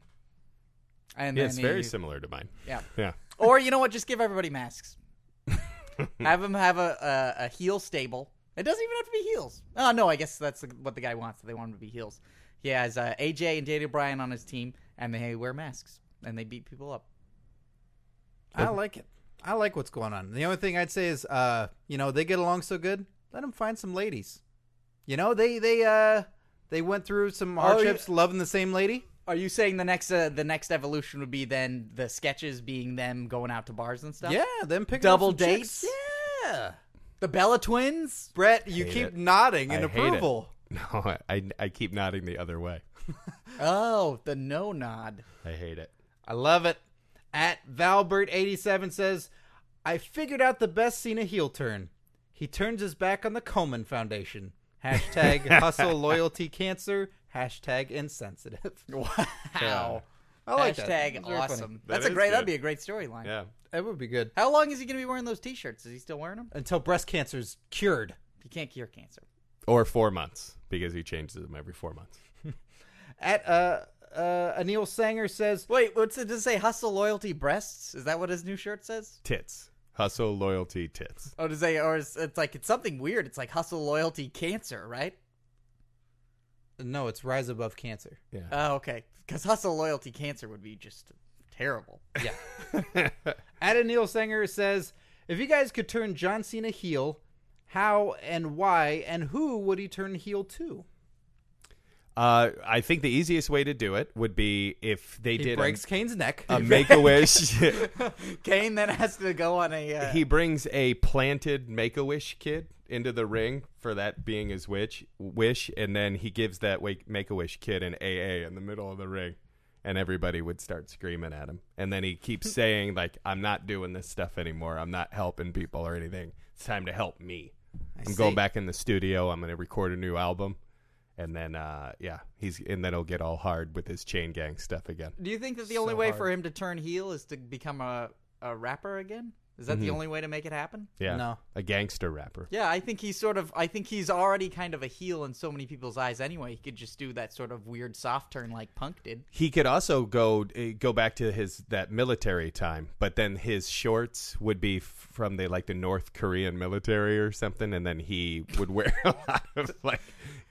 And Yeah, then it's he- very similar to mine. Yeah. Yeah. (laughs) Or you know what? Just give (laughs) everybody masks. have them have a, a a heel stable. It doesn't even have to be heels. Oh no, I guess that's what the guy wants. They want them to be heels. He has uh, AJ and Daniel Bryan on his team, and they wear masks and they beat people up. I like it. I like what's going on. The only thing I'd say is, uh, you know, they get along so good. Let them find some ladies. You know, they they uh they went through some Oh, hardships, loving the same lady. Are you saying the next uh, the next evolution would be then the sketches being them going out to bars and stuff? Yeah, them picking up Double some chicks. dates? Yeah, The Bella Twins. Brett, you Hate keep it. nodding in I hate it. approval. No, I, I keep nodding the other way. Oh, the no nod. I hate it. I love it. At Valbert87 says, I figured out the best Cena heel turn. He turns his back on the Coleman Foundation. (laughs) Hashtag hustle loyalty cancer. Hashtag (laughs) insensitive. Wow. I like that. That's Hashtag very funny. awesome. That's a is great. That'd good. be a great storyline. Yeah. That would be good. How long is he going to be wearing those T-shirts? Is he still wearing them? Until breast cancer's cured. You can't cure cancer. Or four months because he changes them every four months. At uh, uh, Anil Sanger says, Wait, what's it? Does it say hustle, loyalty, breasts? Is that what his new shirt says? Tits. Hustle, loyalty, tits. Oh, does they? Or is, it's like it's something weird. It's like hustle, loyalty, cancer, right? No, it's rise above cancer. Yeah. Oh, okay. Because hustle, loyalty, cancer would be just terrible. (laughs) Yeah. At Anil Sanger says, if you guys could turn John Cena heel, how and why and who would he turn heel to? Uh, I think the easiest way to do it would be if they He did a- breaks Kane's neck. (laughs) (laughs) a make a wish. (laughs) Kane then has to go on a. Uh, he brings a planted make-a-wish kid into the ring for that being his wish, wish and then he gives that wake- make-a-wish kid an AA in the middle of the ring and everybody would start screaming at him and then he keeps saying like I'm not doing this stuff anymore I'm not helping people or anything it's time to help me I am going back in the studio I'm going to record a new album and then uh yeah he's and then he'll get all hard with his chain gang stuff again do you think that the only way for him to turn heel is to become a a rapper again? Is that the only way to make it happen? Yeah. No. A gangster rapper. Yeah, I think he's sort of. I think he's already kind of a heel in so many people's eyes anyway. He could just do that sort of weird soft turn like Punk did. He could also go eh, go back to his that military time, but then his shorts would be from the like the North Korean military or something, and then he would wear (laughs) a lot of like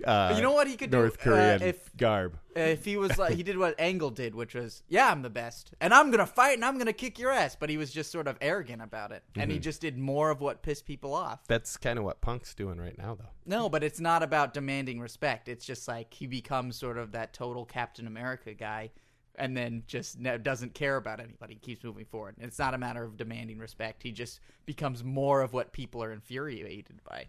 uh, you know what he could do, North uh, Korean if- garb. Uh, If he was like, he did what Angle did, which was, yeah, I'm the best, and I'm gonna fight, and I'm gonna kick your ass. But he was just sort of arrogant about it, and Mm-hmm. he just did more of what pissed people off. That's kind of what Punk's doing right now, though. No, but it's not about demanding respect. It's just like he becomes sort of that total Captain America guy and then just ne- doesn't care about anybody. He keeps moving forward. And it's not a matter of demanding respect. He just becomes more of what people are infuriated by.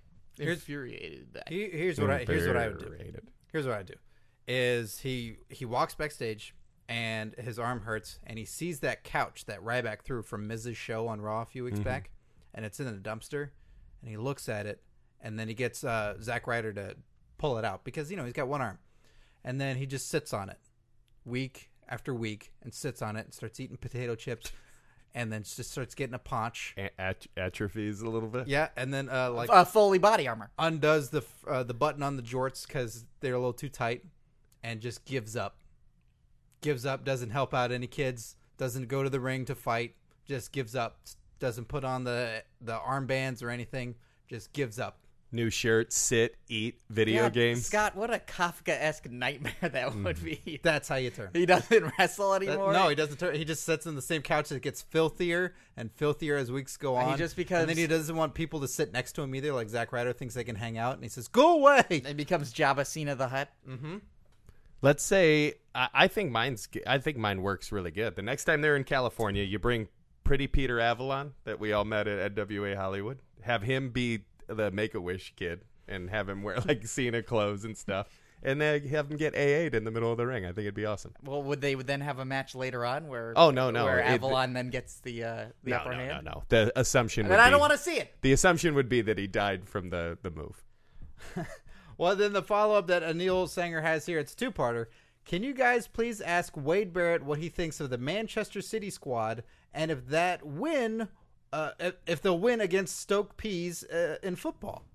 Infuriated by. He- here's what I here's what I would do. Infuriated. Here's what I do. Is he he walks backstage and his arm hurts and he sees that couch that Ryback threw from Miz's show on Raw a few weeks back and it's in a dumpster and he looks at it and then he gets uh, Zack Ryder to pull it out because you know he's got one arm and then he just sits on it week after week and sits on it and starts eating potato chips and then just starts getting a paunch A- at- atrophies a little bit. yeah and then uh, like Uh, fully body armor. undoes the f- uh, the button on the jorts because they're a little too tight, and just gives up. Gives up. Doesn't help out any kids. Doesn't go to the ring to fight. Just gives up. Doesn't put on the the armbands or anything. Just gives up. New shirt, sit, eat, video God, games. Mm-hmm. Scott, what a Kafka esque nightmare (laughs) that would be. That's how you turn. He doesn't wrestle That- anymore. no, he doesn't turn. He just sits on the same couch that gets filthier and filthier as weeks go And on. he just becomes- and then he doesn't want people to sit next to him either. Like Zack Ryder thinks they can hang out, and he says, "Go away." And becomes Jabba Cena the Hutt. Let's say I, I think mine's g- I think mine works really good. The next time they're in California, you bring Pretty Peter Avalon that we all met at NWA Hollywood. Have him be the Make a Wish kid and have him wear (laughs) like Cena clothes and stuff, and then have him get AA'd in the middle of the ring. I think it'd be awesome. Well, would they then have a match later on where? Oh, no, no. Where It- Avalon then gets the uh, the no, upper no, hand. no, no. The assumption. And would then I be- don't want to see it. The assumption would be that he died from the the move. Well, then the follow up that Anil Sanger has here, it's two parter. Can you guys please ask Wade Barrett what he thinks of the Manchester City squad and if that win, uh, if- if they'll win against Stoke Peas uh, in football?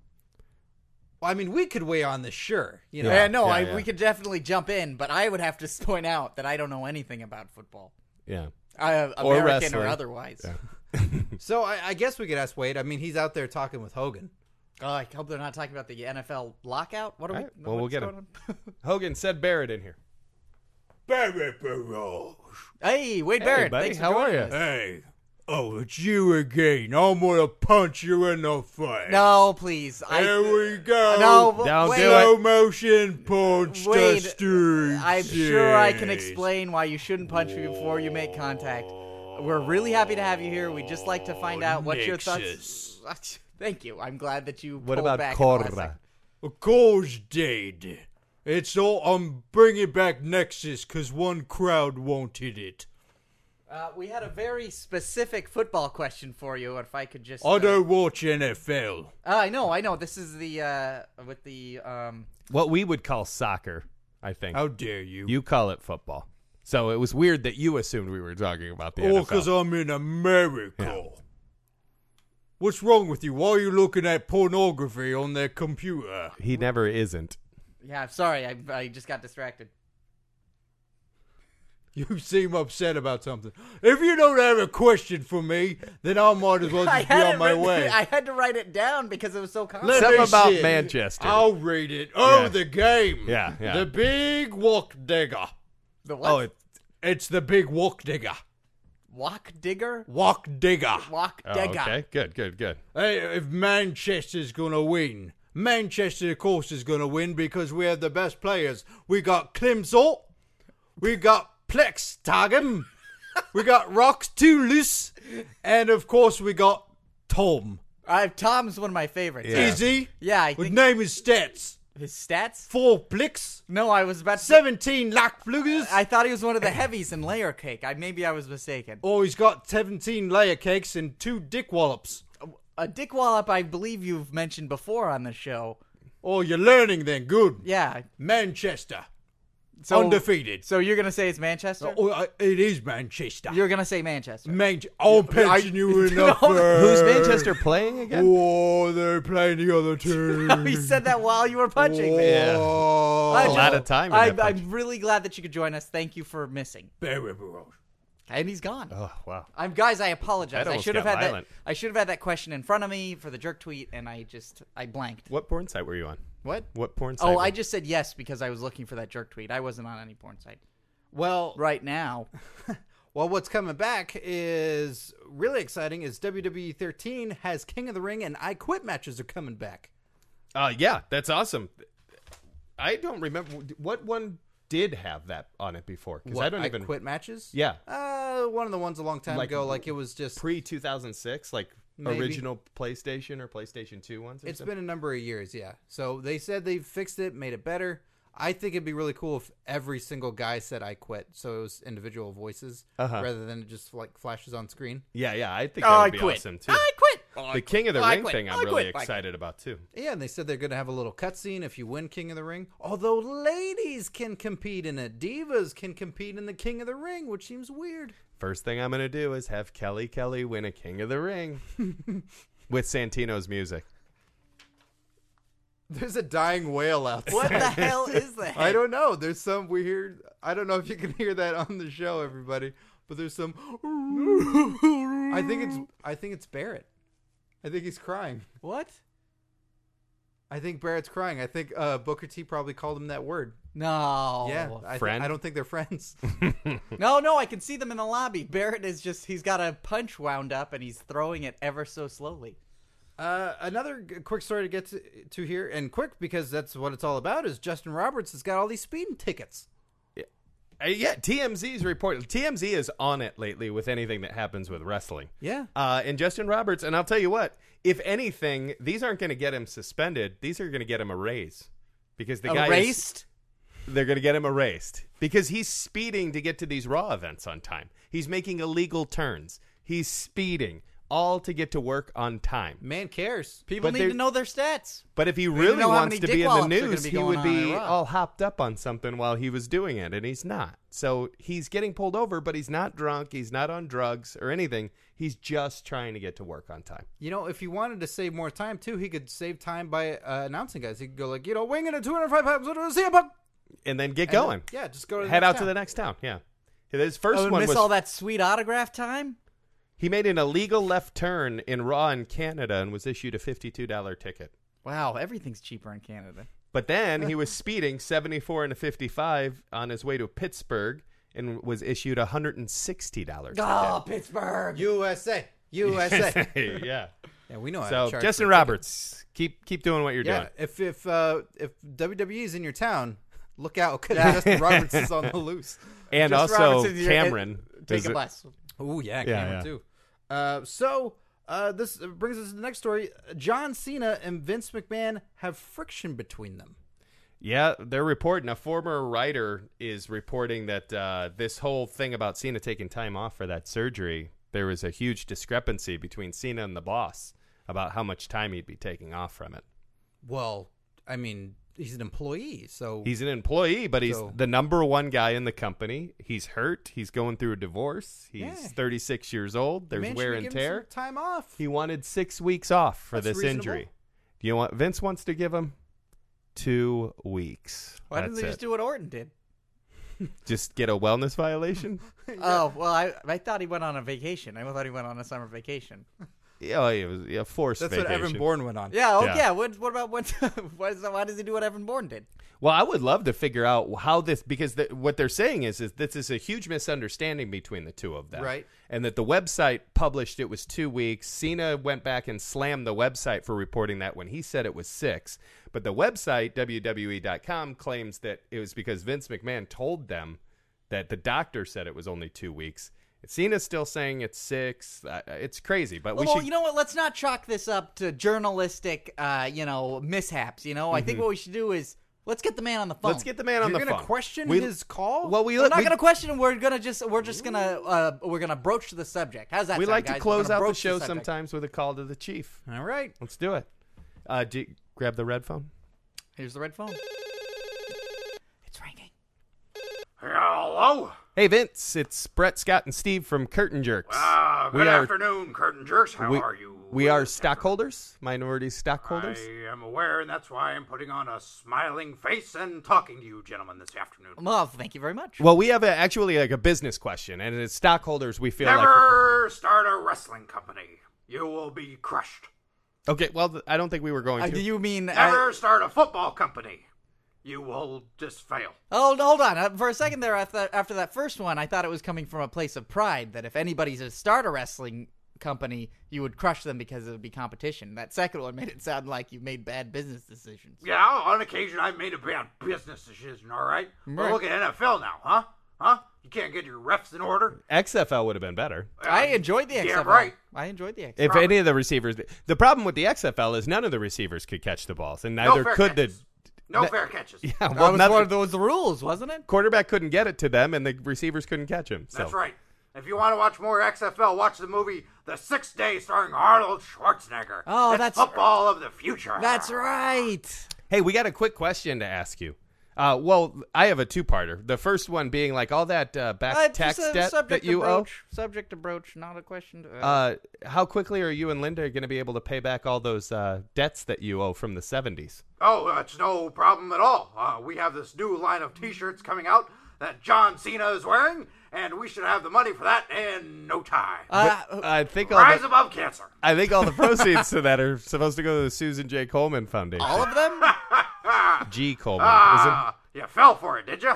Well, I mean, we could weigh on this, sure. You know, Yeah, Yeah, no, yeah, I, yeah. we could definitely jump in, but I would have to (laughs) point out that I don't know anything about football, Yeah. uh, Or American or, wrestling. otherwise. so I, I guess we could ask Wade. I mean, he's out there talking with Hogan. Oh, I hope they're not talking about the NFL lockout. What are All right, we? well, we'll what's get going him. on? (laughs) Hogan said Barrett in here. Barrett Barrage. hey, Wade Barrett, buddy, thanks for how are joining ya? us. Hey. Oh, it's you again. I'm gonna punch you in the face. No, please. I, Here we go. No, w- Don't Wade, do it. Slow motion punch Wade, the street. uh, I'm sure I can explain why you shouldn't punch me before you make contact. We're really happy to have you here. We'd just like to find out what your thoughts. (laughs) Thank you. I'm glad that you. What pulled about back Korda? and listened. Of course, dead. It's all. I'm bringing back Nexus because one crowd wanted it. Uh, we had a very specific football question for you. If I could just. I don't watch NFL. Uh, I know. I know. This is the uh, with the um. What we would call soccer, I Oh, think. How dare you? You call it football. So it was weird that you assumed we were talking about the Oh, All NFL. uh, because I'm in America. What's wrong with you? Why are you looking at pornography on their computer? (laughs) he never isn't. Yeah, I'm sorry. I I just got distracted. You seem upset about something. If you don't have a question for me, then I might as well (laughs) I just be had it on my written- way. I had to write it down because it was so complex. Let Something me about see. Manchester. I'll read it. Oh, Yeah. the game. Yeah, yeah. The big walk digger. the Oh, what? It's the big walk digger. Walk digger. Walk digger. Walk Oh, digger. okay. Good, good, good. Hey, if Manchester's gonna win, Manchester, of course, is gonna win because we have the best players. We got Klimsort, we got Plextagum, we got Rock Toulouse, and of course we got Tom. I Tom's one of my favorites. Yeah. Is he? Yeah, I With think- name is stats. His stats? Four plicks, No, I was about to. seventeen lack flugers. I thought he was one of the heavies in layer cake. I maybe I was mistaken. Oh, he's got seventeen layer cakes and two dick wallops. A dick wallop, I believe you've mentioned before on the show. Oh, you're learning then. Good. Yeah, Manchester. So- undefeated. So you're gonna say it's Manchester? Oh, I- it is Manchester. You're gonna say Manchester. (laughs) Man- I'm pitching you in the Who's first. Er. Manchester playing again? Oh, they're playing the other team. he said that while Oh, you were punching me. Oh, I A lot just- of time in I, that punch. I'm really glad that you could join us. Thank you for missing. Barry Burrows. And he's gone. Oh wow. I'm guys. I apologize. That I almost should have got had violent. that. I should have had that question in front of me for the jerk tweet, and I just I blanked. What porn site were you on? What? What porn site? Oh, were- I just said yes because I was looking for that jerk tweet. I wasn't on any porn site Well, right now. well, what's coming back is really exciting. Is WWE 13 has King of the Ring and I Quit matches are coming back. Uh, yeah, that's awesome. I don't remember what one did have that on it before because I don't even Quit matches. Yeah. uh, one of the ones a long time Like- ago. Like it was just. pre two thousand six like Maybe. original PlayStation or PlayStation Two ones. Or It's something? been a number of years, yeah. So they said they fixed it, made it better. I think it'd be really cool if every single guy said "I quit," so it was individual voices Uh-huh. rather than it just like flashes on screen. yeah, yeah. I think that Oh, I would be quit. Oh, awesome too. I quit. the King of the I Ring quit. thing, I'm I really quit. I quit. excited about too. Yeah, and they said they're going to have a little cutscene if you win King of the Ring. Although ladies can compete in it, divas can compete in the King of the Ring, which seems weird. First thing I'm gonna do is have Kelly Kelly win a King of the Ring with Santino's music. There's a dying whale out there. What the hell is (laughs) that? I don't know. There's some we hear. I don't know if you can hear that on the show, everybody. But there's some. I think it's. I think it's Barrett. I think he's crying. What? I think Barrett's crying. I think uh, Booker T probably called him that word. No. yeah, I, thi- friend? I don't think they're friends. No, no. I can see them in the lobby. Barrett is just—he's got a punch wound up, and he's throwing it ever so slowly. Uh, another g- quick story to get to, to here, and quick because that's what it's all about. Is Justin Roberts has got all these speeding tickets. Uh, yeah, TMZ's report. TMZ is on it lately with anything that happens with wrestling. Yeah. Uh, and Justin Roberts, and I'll tell you what, if anything, these aren't going to get him suspended. These are going to get him a raise because the guy is- Erased. they're going to get him erased because he's speeding to get to these raw events on time. He's making illegal turns. He's speeding all to get to work on time. Man cares. People But need they're- to know their stats. But if he to really know how wants many to be in the dickwallops are gonna news, be he going would on in be Iraq. all hopped up on something while he was doing it, and he's not. So he's getting pulled over, but he's not drunk. He's not on drugs or anything. He's just trying to get to work on time. You know, if he wanted to save more time too, he could save time by uh, announcing guys. He could go like, you know, winging it 205 pounds. See ya, bud. And then get And going. then- yeah, just go to the Head next out to town. the next town. Yeah. His first Oh, and one miss was all that sweet autograph time. He made an illegal left turn in Raw in Canada and was issued a $52 ticket. Wow, everything's cheaper in Canada. But then (laughs) he was speeding 74 and a 55 on his way to Pittsburgh and was issued a $160 Oh, Pittsburgh. USA, (laughs) USA. ticket. yeah. yeah, we know. how to So charge Justin for- Roberts, keep keep doing what you're Yeah, doing. if if uh, if WWE is in your town, look out because (laughs) Justin Roberts is on the loose. And Justin also Roberts is your- Cameron. (laughs) Take is a it- bus. Oh yeah, Yeah, Cameron yeah. too. Uh, so uh, this brings us to the next story. John Cena and Vince McMahon have friction between them. Yeah, they're reporting. A former writer is reporting that uh, this whole thing about Cena taking time off for that surgery, there was a huge discrepancy between Cena and the boss about how much time he'd be taking off from it. Well, I mean, he's an employee, so He's an employee, but he's So- the number one guy in the company. He's hurt. He's going through a divorce. He's Yeah. 36 years old. There's Man, should wear we and give him some tear. time off. He wanted six weeks off for That's this reasonable. injury. Do you want Vince wants to give him two weeks? Why didn't That's they just it. do what Orton (laughs) did? just get a (laughs) wellness violation? Oh well, I, I thought he went on a vacation. I thought he went on a summer vacation. Yeah, oh, it was yeah, forced That's vacation. what Evan Bourne went on. Yeah. Oh Yeah. yeah. What, what about what? (laughs) why, does, why does he do what Evan Bourne did? Well, I would love to figure out how this because th what they're saying is is this is a huge misunderstanding between the two of them, Right. And that the website published it was two weeks. Cena went back and slammed the website for reporting that when he said it was six, but the website WWE.com claims that it was because Vince McMahon told them that the doctor said it was only two weeks. Cena's still saying it's six. Uh, It's crazy, but we well, should. you know what? Let's not chalk this up to journalistic, uh, you know, mishaps. You know, I think what we should do is let's get the man on the phone. Mm-hmm. Let's get the man on You're the gonna phone. question We- his call? Well, we We're not we- gonna question him. We're gonna just we're just gonna uh, we're gonna broach the subject. How's that? We sound, like guys? to We're close gonna out the broach show subject. sometimes with a call to the chief. All right. Let's do it. Uh, do you grab the red phone. Here's the red phone. It's ringing. Hello. Hey, Vince, it's Brett, Scott, and Steve from Curtain Jerks. Uh, good We are- afternoon, curtain jerks. How we, are you? We are Well, stockholders, minority stockholders. I am aware, and that's why I'm putting on a smiling face and talking to you, gentlemen, this afternoon. Well, thank you very much. Well, we have a, actually like a business question, and as stockholders, we feel Never start a wrestling company. You will be crushed. like. Okay, well, th- I don't think we were going Uh, to. do you mean? Uh, Never start a football company. You will just fail. hold, hold on. Uh, for a second there, after, after that first one, I thought it was coming from a place of pride that if anybody's to start a wrestling company, you would crush them because it would be competition. That second one (laughs) made it sound like you made bad business decisions. Yeah, on occasion I've made a bad business decision, all right? But Right. look at NFL now, huh? Huh? You can't get your refs in order? XFL would have been better. I enjoyed the XFL. Damn right. I enjoyed the XFL. If any of the receivers. The problem with the XFL is none of the receivers could catch the balls, and neither no fair could catches. No that- fair (laughs) catches. the. Yeah, that (laughs) well, was nothing- one of those rules, wasn't it? quarterback couldn't get it to them, and the receivers couldn't catch him. So. That's right. If you want to watch more XFL, watch the movie The Sixth Day starring Arnold Schwarzenegger. Oh, It's that's- football of the future. That's right. Hey, we got a quick question to ask you. Uh, well, I have a two-parter. The first one being like all that uh, back Uh, tax just a debt that subject you owe. approach, Subject approach, not a question. to- Uh, how quickly are you and Linda going to be able to pay back all those uh, debts that you owe from the 70s? Oh, that's no problem at all. Uh, we have this new line of T-shirts coming out that John Cena is wearing, and we should have the money for that in no time. Uh, I think all Rise the, above cancer. I think all the (laughs) proceeds to that are supposed to go to the Susan J. Coleman Foundation. all of them? (laughs) G. Coleman. isn't- Ah, you fell for it, did you?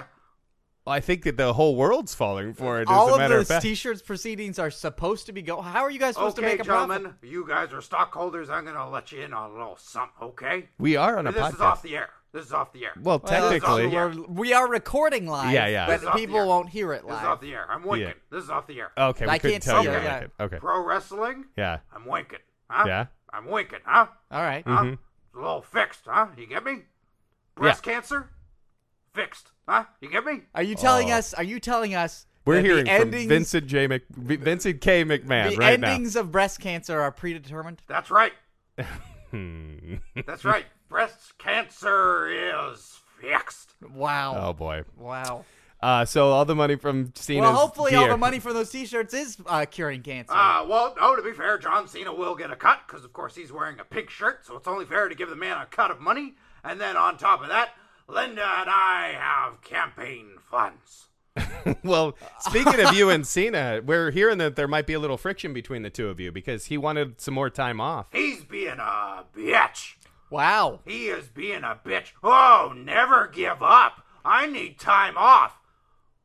I think that the whole world's falling for it. As all a matter of those of fact, t-shirts proceedings are supposed to be go. How are you guys supposed to Okay, make a gentlemen, profit? you guys are stockholders. I'm gonna let you in on a little something, okay? we are on a This is podcast. off the air. This is off the air. well, technically, off the air. We're- we are recording live. Yeah, yeah. But This is off the people air. won't hear it this is off live. the air. I'm winking. Yeah. This is off the air. okay, we I couldn't can't tell see you. it, were yeah. like it. Okay, Pro wrestling. yeah, I'm winking. Huh? Yeah. Mm-hmm. I'm winking. Huh? All right. Huh? It's a little fixed. Huh? You get me? Breast cancer. Fixed. Huh? You get me? Are you telling Oh. us? Are you telling us? we're that hearing the from endings, Vincent J. Mc, Vincent K. McMahon The right endings of breast cancer are predetermined. That's right. now. Hmm. That's (laughs) right. Breast cancer is fixed. Wow. oh boy. Wow. Uh, so all the money from Cena's Well, hopefully, all gear- the money from those t-shirts is uh, curing cancer. Uh, well, no, to be fair, John Cena will get a cut because, of course, he's wearing a pink shirt, so it's only fair to give the man a cut of money. And then on top of that, Linda and I have campaign funds. Well, speaking (laughs) of you and Cena, we're hearing that there might be a little friction between the two of you because he wanted some more time off. He's being a bitch. wow. He is being a bitch. Oh, never give up. I need time off.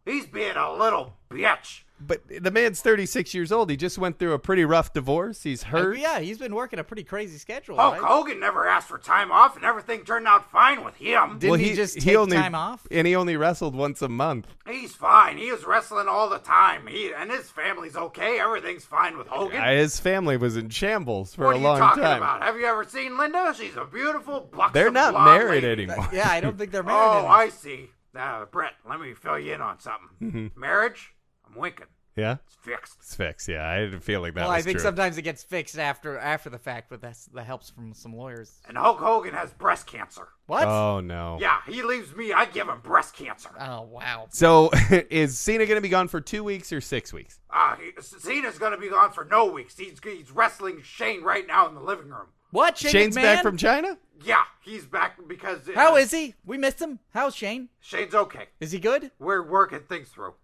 He's being a little bitch. But the man's 36 years old. He just went through a pretty rough divorce. He's hurt. Uh, Yeah, he's been working a pretty crazy schedule. Hulk right? Hogan never asked for time off, and everything turned out fine with him. Didn't he just take only, time off? And he only wrestled once a month. He's fine. He is wrestling all the time. He and his family's okay. Everything's fine with Hogan. Uh, His family was in shambles for what a are you long talking time. about? Have you ever seen Linda? She's a beautiful buxom They're not blonde married lady. anymore. Yeah, I don't think they're married. (laughs) Oh, anymore. I see. Now, Brett, let me fill you in on something. Mm-hmm. Marriage? I'm winking. Yeah? It's fixed. It's fixed. Yeah, I had a feeling that well, was I think true. sometimes it gets fixed after after the fact, but that's that helps from some lawyers. And Hulk Hogan has breast cancer. What? Oh, no. Yeah, he leaves me. I give him breast cancer. oh wow. So (laughs) is Cena going to be gone for two weeks or six weeks? Ah, he, Cena's gonna be gone for no weeks. He's he's wrestling Shane right now in the living room. What? Shane Shane's McMahon? back from China? Yeah, he's back because uh, How is he? We missed him. How's Shane? Shane's okay. Is he good? We're working things through.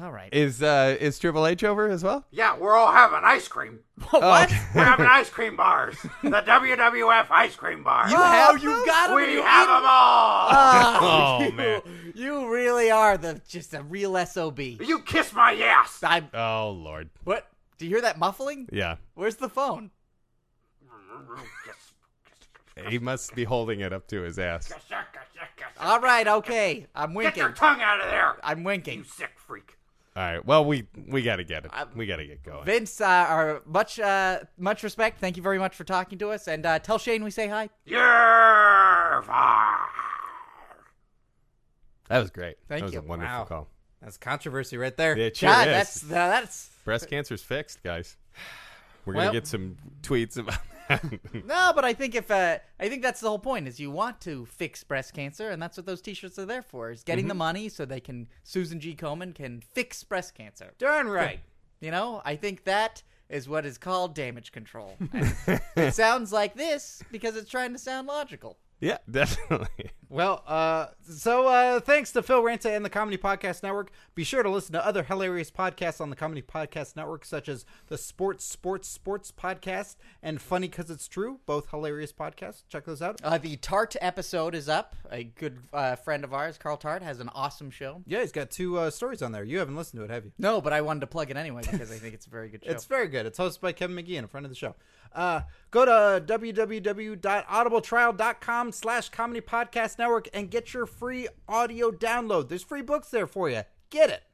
All right. Is uh, is Triple H over as well? Yeah, we're all having ice cream. (laughs) Oh, what? We're having ice cream bars. (laughs) The WWF ice cream bars. You have you got him. and Oh, we you (laughs) have eat them all. Ah, Oh, you, man. you really are the just a real sob. you (laughs) kiss my ass. I Oh Lord, what? Do you hear that muffling? yeah. Where's the phone? Kiss, kiss, He must be holding it up to his ass. kiss, kiss, kiss. All right. Okay. I'm Get your winking. tongue out of there. I'm You winking. sick freak. All right. Well, we we gotta get it. We gotta get going. Vince, uh, our much uh, much respect. Thank you very much for talking to us, and uh, tell Shane we say hi. You're fine. That was great. Thank that was you. a wonderful Wow. call. That's controversy right there. It sure God, is. that's that's Breast cancer's fixed, guys. We're Well- gonna get some tweets about (laughs) No, but I think if uh, I think that's the whole point is you want to fix breast cancer, and that's what those T-shirts are there for is getting the money so they can Susan G. Komen can fix breast cancer. Darn right. You know, I think that is what is called damage control. And it sounds like this because it's trying to sound logical. yeah, definitely. Well, uh, so uh, thanks to Phil Ranta and the Comedy Podcast Network. Be sure to listen to other hilarious podcasts on the Comedy Podcast Network, such as the Sports Sports Sports Podcast and Funny Cause It's True, both hilarious podcasts. Check those out. Uh, the Tart episode is up. A good uh, friend of ours, Carl Tart, has an awesome show. Yeah, he's got two uh, stories on there. You haven't listened to it, have you? No, but I wanted to plug it anyway because I think it's a very good show. It's very good. It's hosted by Kevin McGee and a friend of the show. Uh, go to www.audibletrial.com slash comedy podcast network and get your free audio download. There's free books there for you. Get it.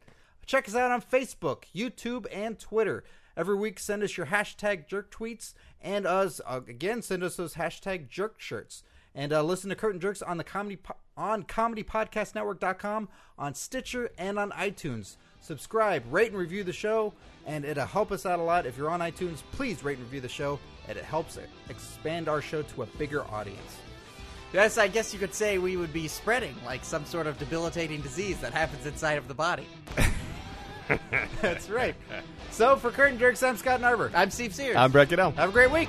Check us out on Facebook, YouTube, and Twitter. Every week, send us your hashtag jerk tweets and us uh, again send us those hashtag jerk shirts. And uh, listen to Curtain Jerks on the comedy po- on comedypodcastnetwork.com, on Stitcher, and on iTunes subscribe, rate, and review the show, and it'll help us out a lot. If you're on iTunes, please rate and review the show, and it helps e-, expand our show to a bigger audience. (laughs) Yes, I guess you could say we would be spreading like some sort of debilitating disease that happens inside of the body. That's right. So for Curtain Jerks, I'm Scott Narber. I'm Steve Sears. I'm Brett (laughs) Goodell. Have a great week.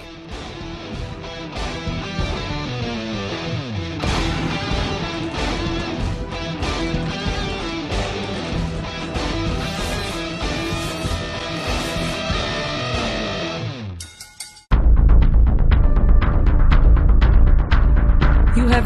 You have